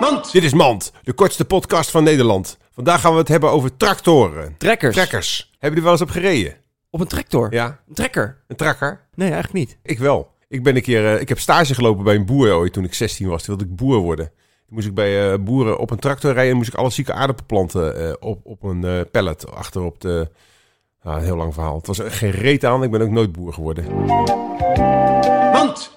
Mand. Dit is Mand, de kortste podcast van Nederland. Vandaag gaan we het hebben over tractoren. Trekkers. Trekkers. Hebben jullie wel eens op gereden? Op een tractor? Ja. Een trekker? Een trakker? Nee, eigenlijk niet. Ik wel. Ik ben een keer, eh, ik heb stage gelopen bij een boer ooit toen ik 16 was. Toen wilde ik boer worden. Toen moest ik bij eh, boeren op een tractor rijden en moest ik alle zieke aardappelplanten eh, op, op een eh, pallet achter op de... Ah, een heel lang verhaal. Het was er geen reet aan. Ik ben ook nooit boer geworden. Mand.